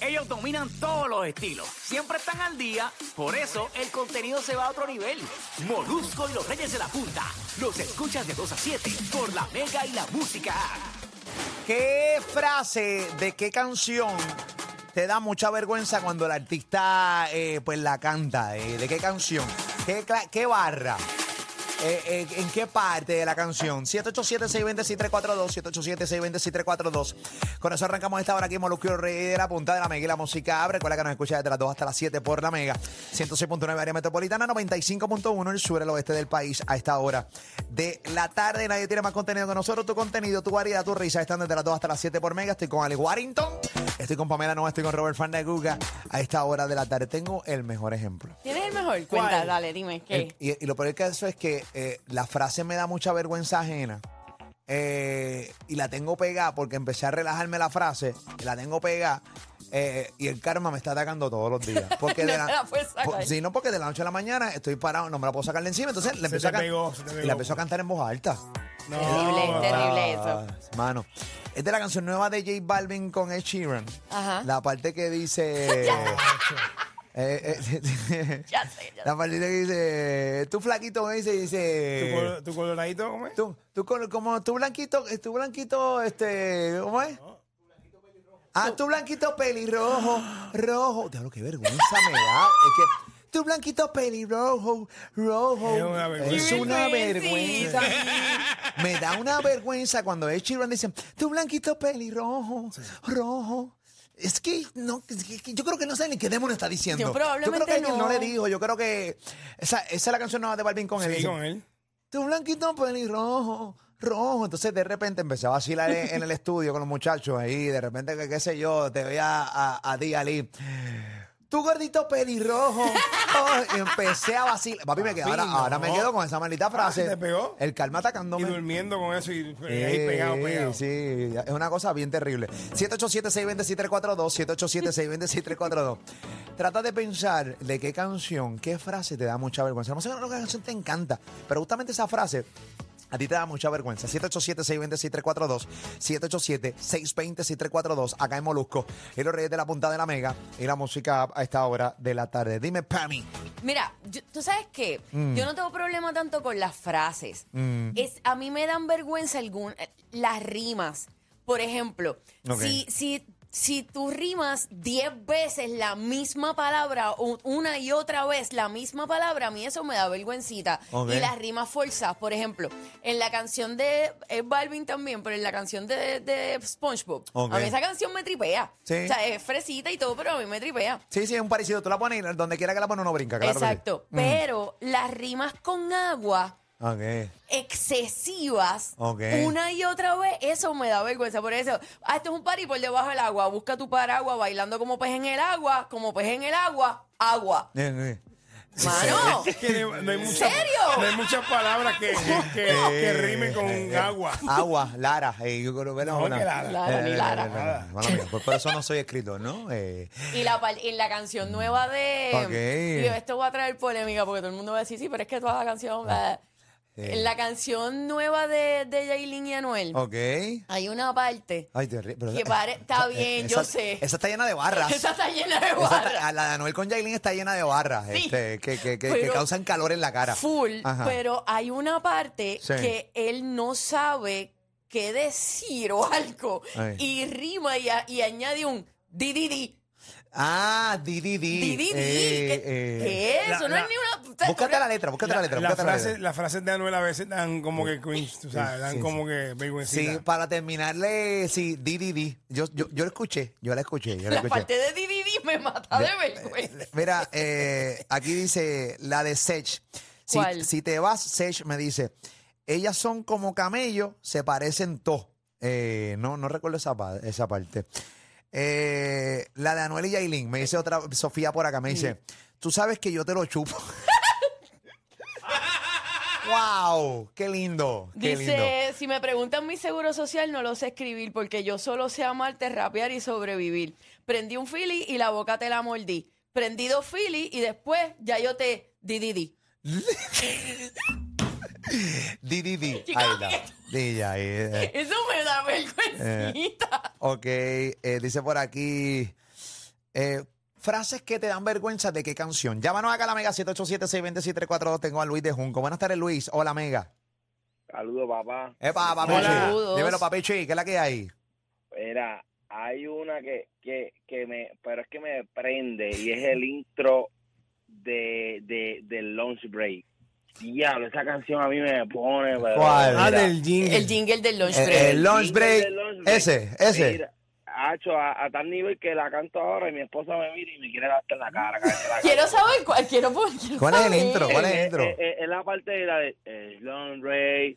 ellos dominan todos los estilos. Siempre están al día, por eso el contenido se va a otro nivel. Molusco y los Reyes de la Punta. Los escuchas de 2 a 7 por la Mega y la Música. ¿Qué frase de qué canción te da mucha vergüenza cuando el artista eh, pues la canta? eh? ¿De qué canción? ¿Qué, cla- qué barra? Eh, eh, ¿En qué parte de la canción? 787-620-6342, 787-620-6342. Con eso arrancamos esta hora aquí en Molusquio Rey de la Punta de la Mega y la Música Abre. Recuerda que nos escucha desde las 2 hasta las 7 por la Mega. 106.9 área metropolitana, 95.1 el sur, el oeste del país a esta hora de la tarde. Nadie tiene más contenido que nosotros. Tu contenido, tu variedad, tu risa están desde las 2 hasta las 7 por Mega. Estoy con Ale Warrington, estoy con Pamela Nova, estoy con Robert Fandaguga a esta hora de la tarde. Tengo el mejor ejemplo. ¿Tienes el mejor? Cuenta, dale, dime, ¿qué? Y, y lo peor que eso es que eh, la frase me da mucha vergüenza ajena. eh, y la tengo pegada porque empecé a relajarme la frase. y la tengo pegada. eh, y el karma me está atacando todos los días. Porque No de te la puedes sacar. po- sí, no, porque de la noche a la mañana estoy parado, no me la puedo sacar de encima. Entonces le empiezo, te a can- pegó, se te y la pegó. empiezo a cantar en voz alta. No, Terrible, no, terrible Ah, eso. Mano. Es de la canción nueva de J Balvin con Ed Sheeran. Ajá. La parte que dice. eh, eh, Ya sé, ya sé. La partida que dice, tú flaquito me dice, ¿Tu, dice, col- tu coloradito, ¿cómo es? Eh, tú, tú, col- como tú blanquito, eh, tú blanquito, este, ¿cómo es? Ah, tú blanquito pelirrojo, rojo. Diablo, qué vergüenza me da. Es que, tú blanquito pelirrojo, rojo. Es una vergüenza. Es una Qué vergüenza. Me da una vergüenza cuando es Sheeran dicen, tú blanquito pelirrojo, rojo. Es que no, es que- que yo creo que no sé ni qué demonio está diciendo. Yo probablemente creo que alguien no. no. le dijo, yo creo que esa, esa es la canción nueva de Balvin con él. Sí, Dice, con él. Tú blanquito pelirrojo, rojo. Entonces de repente empecé a vacilar en en el estudio con los muchachos ahí. De repente, que qué sé yo, te veía a, a, ti, Ali. Tú gordito pelirrojo. Oh, y empecé a vacilar. Papi, me quedo, ahora, Papi, no. ahora me quedo con esa maldita frase. Ah, ¿te pegó? El calma Y atacándome. durmiendo con eso y Eh, Sí, ahí pegado, pegado. Sí, es una cosa bien terrible. 787-620-6342, 787-620-6342. Trata de pensar de qué canción, qué frase te da mucha vergüenza. No sé qué canción te encanta, pero justamente esa frase a ti te da mucha vergüenza. 787-620-6342, 787-620-6342, acá en Molusco. Y los Reyes de la Punta de la Mega y la música a esta hora de la tarde. Dime, Pammy. Mira, yo- tú sabes que Mm. yo no tengo problema tanto con las frases. Es, a mí me dan vergüenza algún, eh, las rimas. Por ejemplo, Ok. si, si, si tú rimas 10 veces la misma palabra, u- una y otra vez la misma palabra, a mí eso me da vergüencita. Ok. Y las rimas forzadas, por ejemplo, en la canción de es Balvin también, pero en la canción de, de SpongeBob, Ok. a mí esa canción me tripea. Sí. O sea, es fresita y todo, pero a mí me tripea. Sí, sí, es un parecido. Tú la pones y donde quiera que la pones uno brinca. Claro que sí. Exacto. Pero las rimas con agua Ok. excesivas Ok. una y otra vez, eso me da vergüenza. Por eso, ah, esto es un party por debajo del agua. Busca tu paraguas bailando como pez en el agua, como pez en el agua, agua. Eh, eh. Mano, Es que no hay mucha- serio? No hay muchas palabras que, que, que rimen con Eh, agua. Agua, Lara. eh, yo creo que no, No, no. que Lara. Lara, ni Eh, Lara. eh, eh, eh, mala mía, por, por eso no soy escritor, ¿no? Eh, y la, par- y la canción nueva de. Ok. Ah, Digo, esto va a traer polémica porque todo el mundo va a decir, sí, pero es que toda la canción. bla". eh, En la canción nueva de, de Yailin y Anuel, Ok. hay una parte. Ay, te ríes, pero- Que pare- está eh, bien, esa- yo sé. Esa está llena de barras. Esa está llena de Esa está- barras. a la de Anuel con Jailin está llena de barras Sí. este, que, que- que- que Pero- causan calor en la cara. Full, Ajá. pero hay una parte Sí. que él no sabe qué decir o algo. Ay. Y rima y, a- y añade un di di di. Ah, di, di, di. Di di di. Eh, ¿Qué, eh. qué es la- eso? No la- es ni una. o sea, Búscate la una- letra, búscate la, letra. La búscate la frase- letra. Las frases de Anuel a veces dan como que cringe, tú sabes, Sí, dan sí, como sí. que vergüencita. Sí, para terminarle, sí, di, di, di. Yo, yo, yo la escuché, yo la escuché. Yo la, La escuché. parte de di di di me mata de vergüenza. Mira, eh, aquí dice la de Sech. Si, ¿Cuál? si te vas, Sech me dice, ellas son como camellos, se parecen todos. no, no recuerdo esa, pa- esa parte. Eh, la de Anuel y Yailin, me dice otra Sofía por acá, me dice, tú sabes que yo te lo chupo. ¡Wow! ¡Qué lindo! ¡Qué lindo! Dice, si me preguntan mi seguro social, no lo sé escribir porque yo solo sé amarte, rapear y sobrevivir. Prendí un fili y la boca te la mordí. Prendí dos fili y después ya yo te di di di. Di, di, di. Chica, Ahí está. Di, ya, ahí, eh. Eso me da vergüencita. Ok, eh, dice por aquí. Eh, frases que te dan vergüenza de qué canción. Llámanos acá a la Mega 787-620-6342. Tengo a Luis de Junco. Buenas tardes, Luis. Hola, Mega. Saludos, papá. Epa, papi Hola. Chi. Saludos. Dímelo, papi Chi, ¿qué es la que hay? Era, hay una que, que, que me, pero es que me prende y es el intro de, de, del lunch break. Diablo, esa canción a mí me pone. pero- ¿Cuál? Ah, Mira, del jingle. El jingle del lunch Eh, break. el lunch jingle break. del lunch break. Ese, ese. Mira, hacho, a, a tal nivel que la canto ahora y mi esposa me mira y me quiere darte en la cara. cabrón, que la Quiero saber cuál, quiero por- quiero ¿Cuál es el saber. intro? ¿Cuál es el intro? Eh, eh, eh, la parte de la de el lunch break.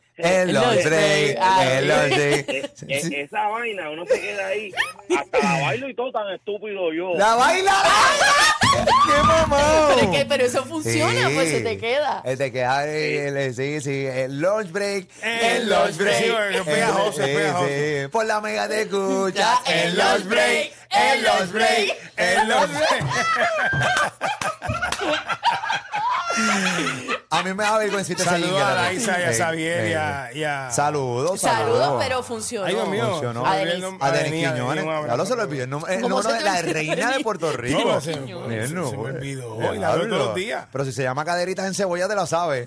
Eh, El lunch break. Ah, El sí. lunch Eh, break. eh, Sí. Esa vaina, uno se queda ahí. Hasta la bailo y todo tan estúpido yo. ¡La baila! ¡Qué mamón! Pero, es que- pero eso funciona, Sí. pues se te queda. Eh, Te queda, eh, el- eh, sí, sí, el lunch break. El lunch break. Sí, es pegajoso, es eh, pegajoso. sí, Por la mega te escucha. Ya, el lunch break, el lunch break, el lunch A mí me da vergüencita ese Saludos a jingle, la ¿no? Isa y a Sí, Xavier y a- sí. y a- Saludos, Saludos, pero funcionó. Ay, Dios mío. Funcionó. se me A olvidó el Denis. nombre. A Denis Denis, Quiñones. un abrazo. Ya lo se lo olvidó. El nom- el ¿Cómo número se de te la olvidó, reina de Denis? Puerto Rico. ¿Cómo se- Bien, se no, me güey. olvidó? Diablo. Y la veo todos los días. Pero si se llama caderitas en cebolla, te la sabes.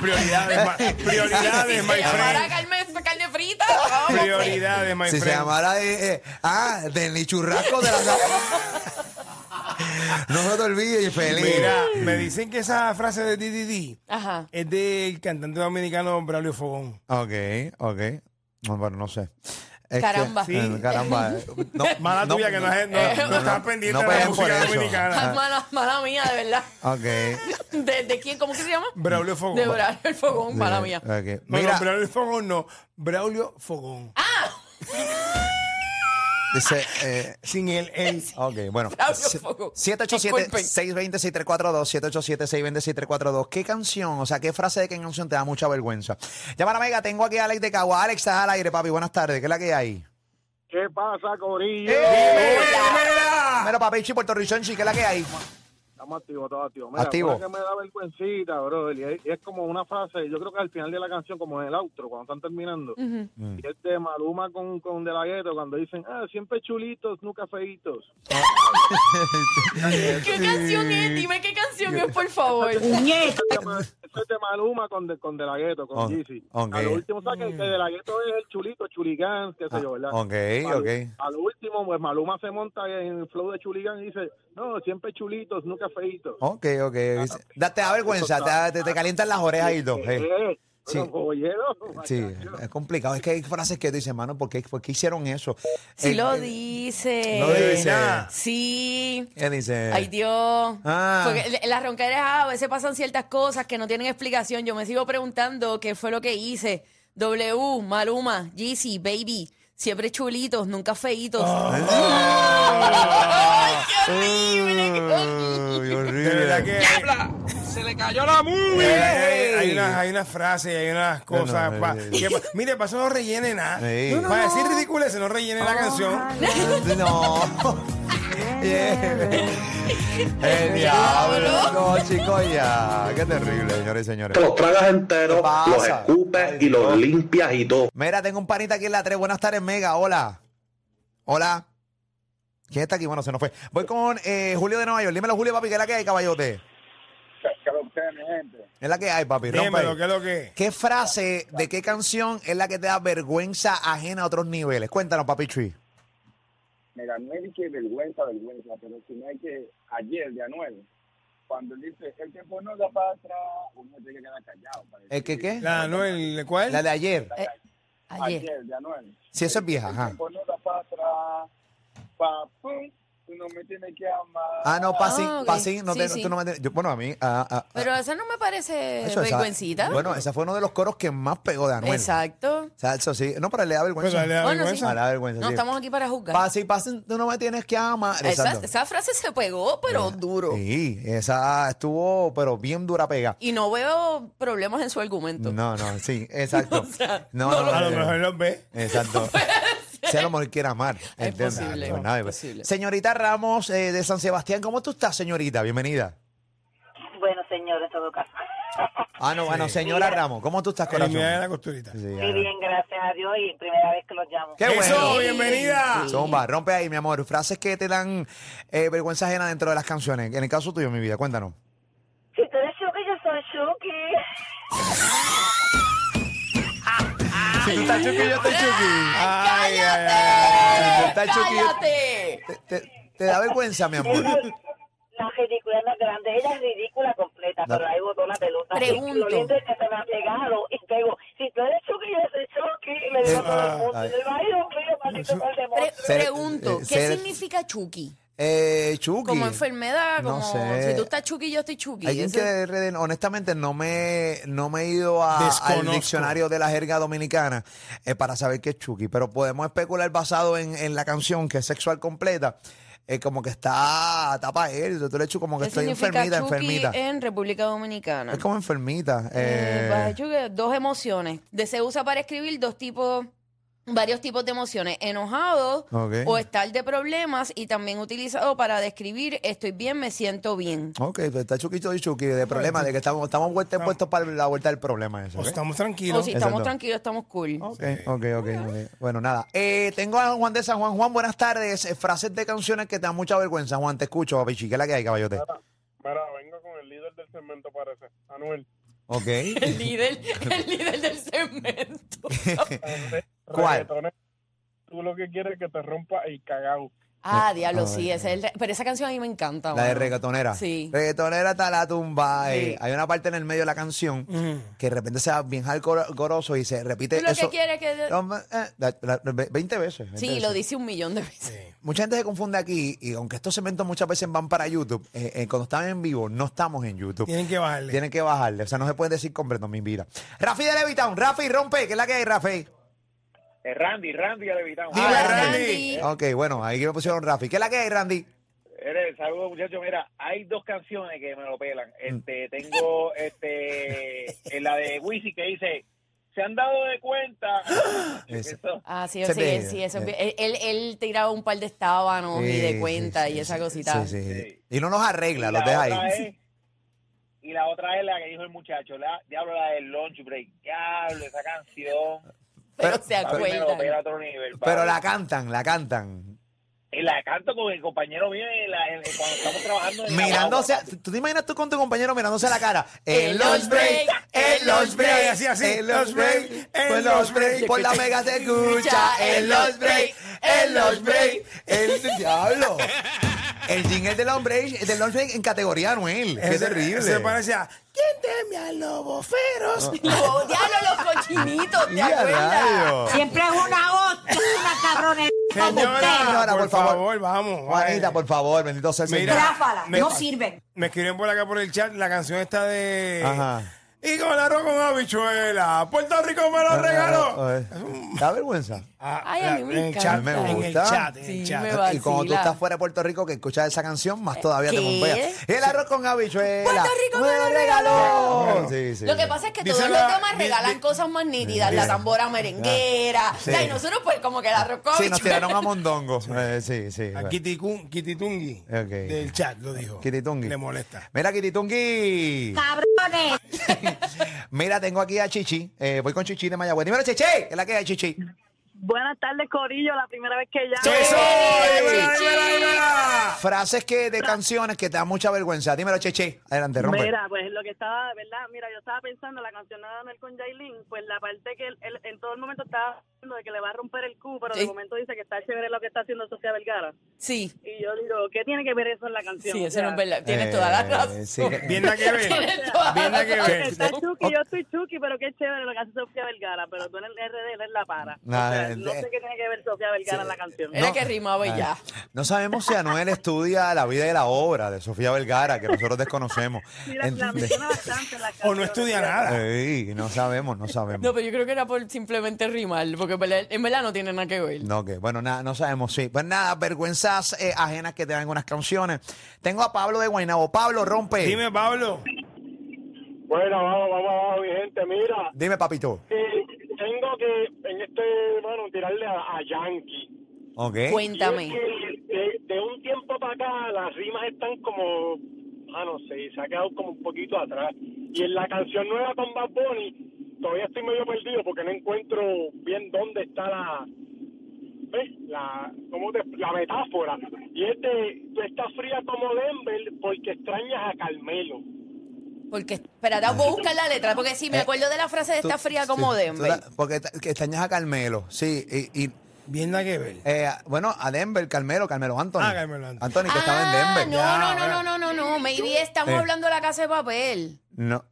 Prioridades, ma- prioridades, my Si llamara friend. carne, carne frita, vamos, pues. Prioridades, my si se friend. llamara eh, eh, ah, del churrasco de la No se te olvide, feliz. Mira, me dicen que esa frase de DDD Ajá. es del cantante dominicano Braulio Fogón. Ok, ok. No, Bueno, no sé. Es Caramba. que- eh, Sí. caramba. eh, No, Mala tuya que no, es- no, Eh, no estás pendiente no de la peleen por música eso. dominicana. Ah. Mala, mala mía, de verdad. Ok. ¿De, de quién? ¿Cómo que se llama? Braulio Fogón. De Braulio el Fogón, mala Ok. mía. Bueno, Mira, Braulio Fogón no. Braulio Fogón. Ah. dice, eh, Sin el el. Ok, bueno. Claudio Se- Fogo. 787-620-6342, 787-620-6342. ¿Qué canción? O sea, ¿qué frase de qué canción te da mucha vergüenza? Llámala, Mega, tengo aquí a Alex de Cagua. Alex, estás al aire, papi. Buenas tardes, ¿qué es la que hay? ¿Qué pasa, Corillo? Mira, papi, chi, Puerto Ricanchi, ¿qué es la que hay? Estamos activos, todos activos. Mira, Activo. una que me da vergüencita, bro. Y es, y es como una frase, yo creo que al final de la canción, como en el outro, cuando están terminando, Mm. y es de Maluma con, con De La Ghetto, cuando dicen, ah, siempre chulitos, nunca feitos. ¿Qué canción es? Dime qué canción es, por favor. Eso es de Ma- eso es de Maluma con De, con de La Ghetto, con Ok, Jeezy. ok. A lo último, ¿sabes que, que De La Ghetto es el chulito, chuligán, qué sé yo, ¿verdad? Ah, ok, Malu- ok. A lo último, pues Maluma se monta en el flow de chuligán y dice, no, siempre chulitos, nunca feitos. Ok, ok. Dice, da- Te da vergüenza, te, da- te- te calientan las orejas y todo. eh. Eh, Sí. pero, bollero, Sí, macho. es complicado. Es que hay frases que tú dices, mano, ¿por qué, por qué hicieron eso? Si Eh, lo eh, dice. Lo dice. Sí. ¿Qué eh, dice? Ay, Dios. Ah. Porque en las roncaderas ah, a veces pasan ciertas cosas que no tienen explicación. Yo me sigo preguntando qué fue lo que hice. W, Maluma, Jeezy, Baby. Siempre chulitos, nunca feitos. Ah. ¡Ay, qué horrible! qué horrible! Uy, horrible. De verdad que. Se le cayó la Hay, movie. hay- hay unas, hay unas frases, hay unas cosas. no, pa- eh, que pa- mire, para eso no rellene nada. Sí. No, no, Para decir ridículo, no rellene la canción. No. Yeah. El diablo. No, chicos, ya. Qué terrible, señores y señores. los tragas enteros, ¿Qué pasa? los escupes Ay, y los Dios. limpias y todo. Mira, tengo un panita aquí en la 3. Buenas tardes, Mega. Hola. Hola. ¿Quién está aquí? Bueno, se nos fue. Voy con eh, Julio de Nueva York. Dímelo, Julio, papi, ¿qué es la que hay, caballote? Es la que hay, papi. Rompe Dímelo, ahí. ¿qué es lo que es? ¿Qué frase de qué canción es la que te da vergüenza ajena a otros niveles? Cuéntanos, papi Chuy. Mira, no es que vergüenza, vergüenza, pero si no hay que ayer de Anuel, cuando él dice, el tiempo no da para atrás, uno tiene que quedar callado. para ¿El que decir, qué? La Noel, ¿cuál? La de ayer. Eh, Ayer. Ayer de Anuel. Si eso es vieja, El ajá. tiempo no da para atrás, pa, pum, tú no me tienes que amar. Ah, no, pasín, Ah, ok. pasín, no te, Sí, sí. tú no me- yo- bueno, a mí, ah, ah, ah, Pero esa no me parece eso, esa- vergüencita. bueno, ese fue uno de los coros que más pegó de Anuel. Exacto. O sea, eso sí, no, pero le da Pues vergüenza. dale, da Bueno, sí. vergüenza. Ah, le da vergüenza. No sí. estamos aquí para juzgar. Pasín, pasín, tú no me tienes que amar. Esa, Exacto. esa frase se pegó, pero duro. Sí, esa estuvo, pero bien dura pega. Y no veo problemas en su argumento. No, no, sí, exacto. O sea, no, no no, lo- A no, lo no, mejor los ve. Exacto. Si a lo mejor quiere amar. ¿entiendes? posible, Pues nada, es pues. posible. Señorita Ramos eh, de San Sebastián, ¿cómo tú estás, señorita? Bienvenida. Bueno, señor, en todo caso. Ah, no, bueno, señora Ramos, ¿cómo tú estás, Con corazón? la costurita. Sí, Muy ya. bien, gracias a Dios y primera vez que los llamo. Qué Eso, bueno. bienvenida. Zumba, rompe ahí, mi amor. Frases que te dan eh, vergüenza ajena dentro de las canciones. En el caso tuyo, mi vida, cuéntanos. Si tú eres Shuki, yo soy Shuki. Si tú estás chuki, yo estoy chuki. Ay, ay, ay, ay, ¡Cállate! está Chucky. ¡Eh! ¡Cállate! Te, te- te da vergüenza, mi amor. La ridícula es más grande. Ella es ridícula completa, No. pero hay botones de luz. también. Pregunto. Lo lindo es que se me ha pegado y pego. Si tú eres Chucky, yo soy Chucky. Y le digo a todo el mundo. Ay. Y yo, ay, Dios mío, maldito mal de Pre- monstruo. Ser- pregunto, eh, ¿qué ser- significa Chucky? Eh, chuki. Como enfermedad, No como sé. si tú estás Chucky, yo estoy Chucky. Alguien Ese- que reden- honestamente no me, no me he ido a- al Desconozco. diccionario de la jerga dominicana eh, para saber qué es Chucky, pero podemos especular basado en, en la canción que es sexual completa, eh, como que está tapa él, yo te lo he hecho como que ¿Qué estoy significa enfermita, Chucky enfermita. en República Dominicana? Es como enfermita. Eh, eh, baja Chucky, dos emociones. De- se usa para escribir dos tipos, varios tipos de emociones. Enojado Ok. o estar de problemas y también utilizado para describir estoy bien, me siento bien. ok, pues está Chucky, Chucky, Chucky, de problema, de que estamos, estamos vuelta- puestos para la vuelta del problema. Ese, O ¿ok? O estamos tranquilos. si Exacto. Oh. estamos tranquilos, estamos cool. Ok, ok, ok, ok. Bueno, nada. Eh, tengo a Juan de San Juan. Juan, buenas tardes. Eh, Frases de canciones que te dan mucha vergüenza. Juan, te escucho, papichi. ¿Qué es la que hay, caballote? Mira, vengo con el líder del segmento, parece. Anuel. Ok. El líder, el líder del cemento. ¿Cuál? Reggaetonero. Tú lo que quieres es que te rompa el cagao. Ah, diablo, sí, ese es el- pero esa canción a mí me encanta. La de mano. reggaetonera. Sí. Reggaetonera está la tumba. eh. Sí. Hay una parte en el medio de la canción Ujú. que de repente se va bien goroso y se repite Tú lo eso. que quieres que... No, ma- eh, la- la- la- ve- 20 veces. 20 Sí, veces. lo dice un millón de veces. Mucha gente se confunde aquí y aunque estos segmentos muchas veces van para YouTube, eh, eh, cuando están en vivo no estamos en YouTube. Tienen que bajarle. Tienen que bajarle. O sea, no se puede decir completo mi vida. Rafi de Levitown. Rafi, rompe. ¿Qué es la que hay, Rafi? Eh, Randy, Randy, ya le evitamos. Dime, Ah, Randy. Ok, bueno, ahí me pusieron Rafi. ¿Qué es la que hay, Randy? Eres, saludos muchachos, mira, hay dos canciones que me lo pelan. Mm. Este, tengo este en la de Wisi que dice, se han dado de cuenta. Ese. Eso. Ah, sí, Se sí, ve, sí, eso es eh. bien. Él, él, él tiraba un par de estábanos y de cuenta y esa cosita. Sí, sí. Sí. Y no nos arregla, los la deja otra ahí. es- y la otra es la que dijo el muchacho, la diablo la del lunch break. Diablo, esa canción. Pero, Pero- se A mí me lo acuerdan. pela a otro nivel. Ah, Pero papi. la cantan, la cantan. Y la canto con el compañero mío en la- en- cuando estamos trabajando. en la Mirándose, guagua, a- ¿tú te imaginas tú con tu compañero mirándose a la cara? El lunch break, el lunch break. así, así, el lunch break, el el lunch lunch break, por la mega se escucha, el lunch break, el lunch break, el diablo. El jingle del lunch break, del lunch break en categoría Anuel, qué Ese- terrible. Se parece a ¿Quién teme al lobo feroz? Ah. Los diablos, Oh, los cochinitos, ¿te Y a acuerdas? rayos. Siempre es una hostia, una cabrones. Señora, Señora, por por, favor. favor, vamos. Juanita, Ay. por favor, bendito sea el Mira. Señor. Me- sirven. Me escriben por acá por el chat la canción esta de. Ajá. Y con arroz con habichuela. Puerto Rico me lo regaló. Eh, Da vergüenza. Ah, Ay, a mí me en el encanta. chat, Me en el gusta. chat, en el Sí, chat. me va. Ah, Y cuando tú Vacila. estás fuera de Puerto Rico, que escuchas esa canción, más todavía te ¿Qué? bombea. El arroz con habichuela. Puerto Rico me lo regaló. regaló. Sí, sí, Lo que sí. pasa es que Dice todos la- los temas di- regalan di- cosas más nítidas, la tambora merenguera. Ah, Sí. Ya, y nosotros pues como que la rocó. Sí, nos tiraron a Mondongo. Eh, sí, sí. A Kitikun- Kititungi Ok. del chat lo dijo. Kititungi. Le molesta. Mira, Kiritungi. Cabrones. Mira, tengo aquí a Chichi. Eh, voy con Chichi de Mayagüez. Dímelo, Chichi. ¿Qué es la que hay, Chichi? Buenas tarres, Corillo. La primera vez que llamo. ¡Eso! ¡Ay, mira, Chichi. mira, mira! Frases que de canciones que te dan mucha vergüenza. Dímelo, Chichi. Adelante, rompe. Mira, pues lo que estaba, ¿verdad? Mira, yo estaba pensando la canción de Anuel con Jailin, pues la parte que él, él en todo el momento estaba hablando de que le va a romper el cu, pero Sí. de momento dice que está chévere lo que está haciendo Sofía Vergara. Sí, Y yo digo, ¿qué tiene que ver eso en la canción? sí, O eso sea, no es verdad. Tienes Eh, toda la razón. sí, que- Bien la que ver. Tienes toda Bien la la que razón. ver. Está Chucky, yo estoy Chucky, pero qué chévere lo que hace Sofía Vergara, pero tú en el RD él es la para. O Ah, Nah, sea, eh, no sé qué tiene que ver Sofía Vergara en la canción. Era que rimaba y ya. No sabemos si Anuel estudia la vida y la obra de Sofía Vergara, que nosotros desconocemos. Mira, la Ent- menciona bastante en la canción. O no estudia nada. Eh. Ey, no sabemos, no sabemos. No, pero yo creo que era por simplemente rimar, porque en verdad- en verdad no tiene nada que ver. No, que bueno, nada, no sabemos, sí. Pues nada, vergüenzas eh, ajenas que te dan unas canciones. Tengo a Pablo de Guaynabo. Pablo, rompe. Dime, Pablo. Bueno, vamos, vamos, vamos, mi gente. Mira, Dime, papito. eh, tengo que, en este, mano, tirarle a, a Yankee. Ok. Y Cuéntame. es que De, de un tiempo para acá las rimas están como, ah, no sé, se ha quedado como un poquito atrás. Y en la canción nueva con Bad Bunny, todavía estoy medio perdido porque no encuentro bien dónde está la. ¿Ves? La, ¿cómo te- la metáfora. Y es de. Tú estás fría como Denver porque extrañas a Carmelo. Porque, espérate, voy a buscar la letra, porque si me acuerdo de la frase de esta fría como Eh, Sí, tú Denver. la- Porque ta- que extrañas a Carmelo, sí. Y, y, Bien nada que ver. eh, bueno, a Denver, Carmelo, Carmelo Anthony. Ah, Carmelo Anthony. Anthony, que estaba en Ah, Denver. No, no, no, no, no, no, no. Maybe estamos Sí. hablando de la casa de papel. No,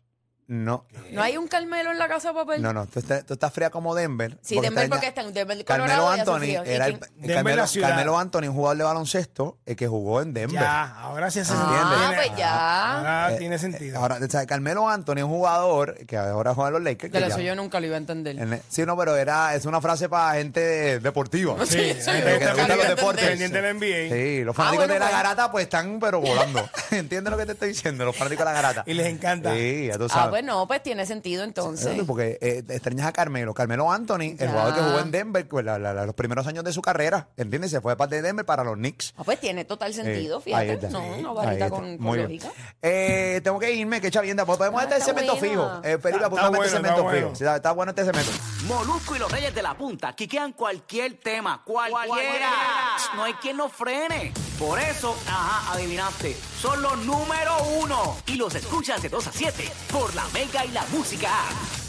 no, ¿No hay un Carmelo en la casa de papel? no, no. Tú, estás- tú estás fría como Denver. Sí, Denver porque extraña- está en Denver, Carmelo Colorado, ya hace Anthony frío. ¿Y era el, quién? Denver, Carmelo, la ciudad. Carmelo Anthony, un jugador de baloncesto eh, que jugó en Denver. Ya, ahora sí hace Ah, sentido. pues ya. Ahora Eh, tiene sentido. Ahora, o sea, Carmelo Anthony es un jugador que ahora juega en los Lakers. De que lo ya- suyo yo nunca lo iba a entender. en- sí, no, pero era, es una frase para gente deportiva. No sé, eso yo que nunca le gustan lo iba los a deportes. entender. Pendiente del NBA. Sí, los fanáticos Ah, bueno, de la bueno. garata pues están pero volando. ¿Entiendes lo que te estoy diciendo? Los fanáticos de la garata. Y les encanta. Sí, ya tú sabes. Ah, pues no, pues tiene sentido entonces. Porque eh, extrañas a Carmelo. Carmelo Anthony, Ya. el jugador que jugó en Denver pues, la- la- la- los primeros años de su carrera, ¿entiendes? Se fue de parte de Denver para los Knicks. Ah, pues tiene total sentido, Eh, ahí fíjate. está. No, Sí, una ahí varita está. con, con Muy bien. lógica. Eh, tengo que irme, que echa bien. de- Podemos Ah, estar en está cemento buena. fijo. Eh, Perico, Está- apúntame está este bueno, cemento está fijo. bueno. Sí, Está, está bueno este cemento. Molusco y los Reyes de la Punta quiquean cualquier tema, cualquiera. No hay quien nos frene. Por eso, ajá, adivinaste, son los número uno. Y los escuchas de 2 a 7 por la Mega y la Música. App.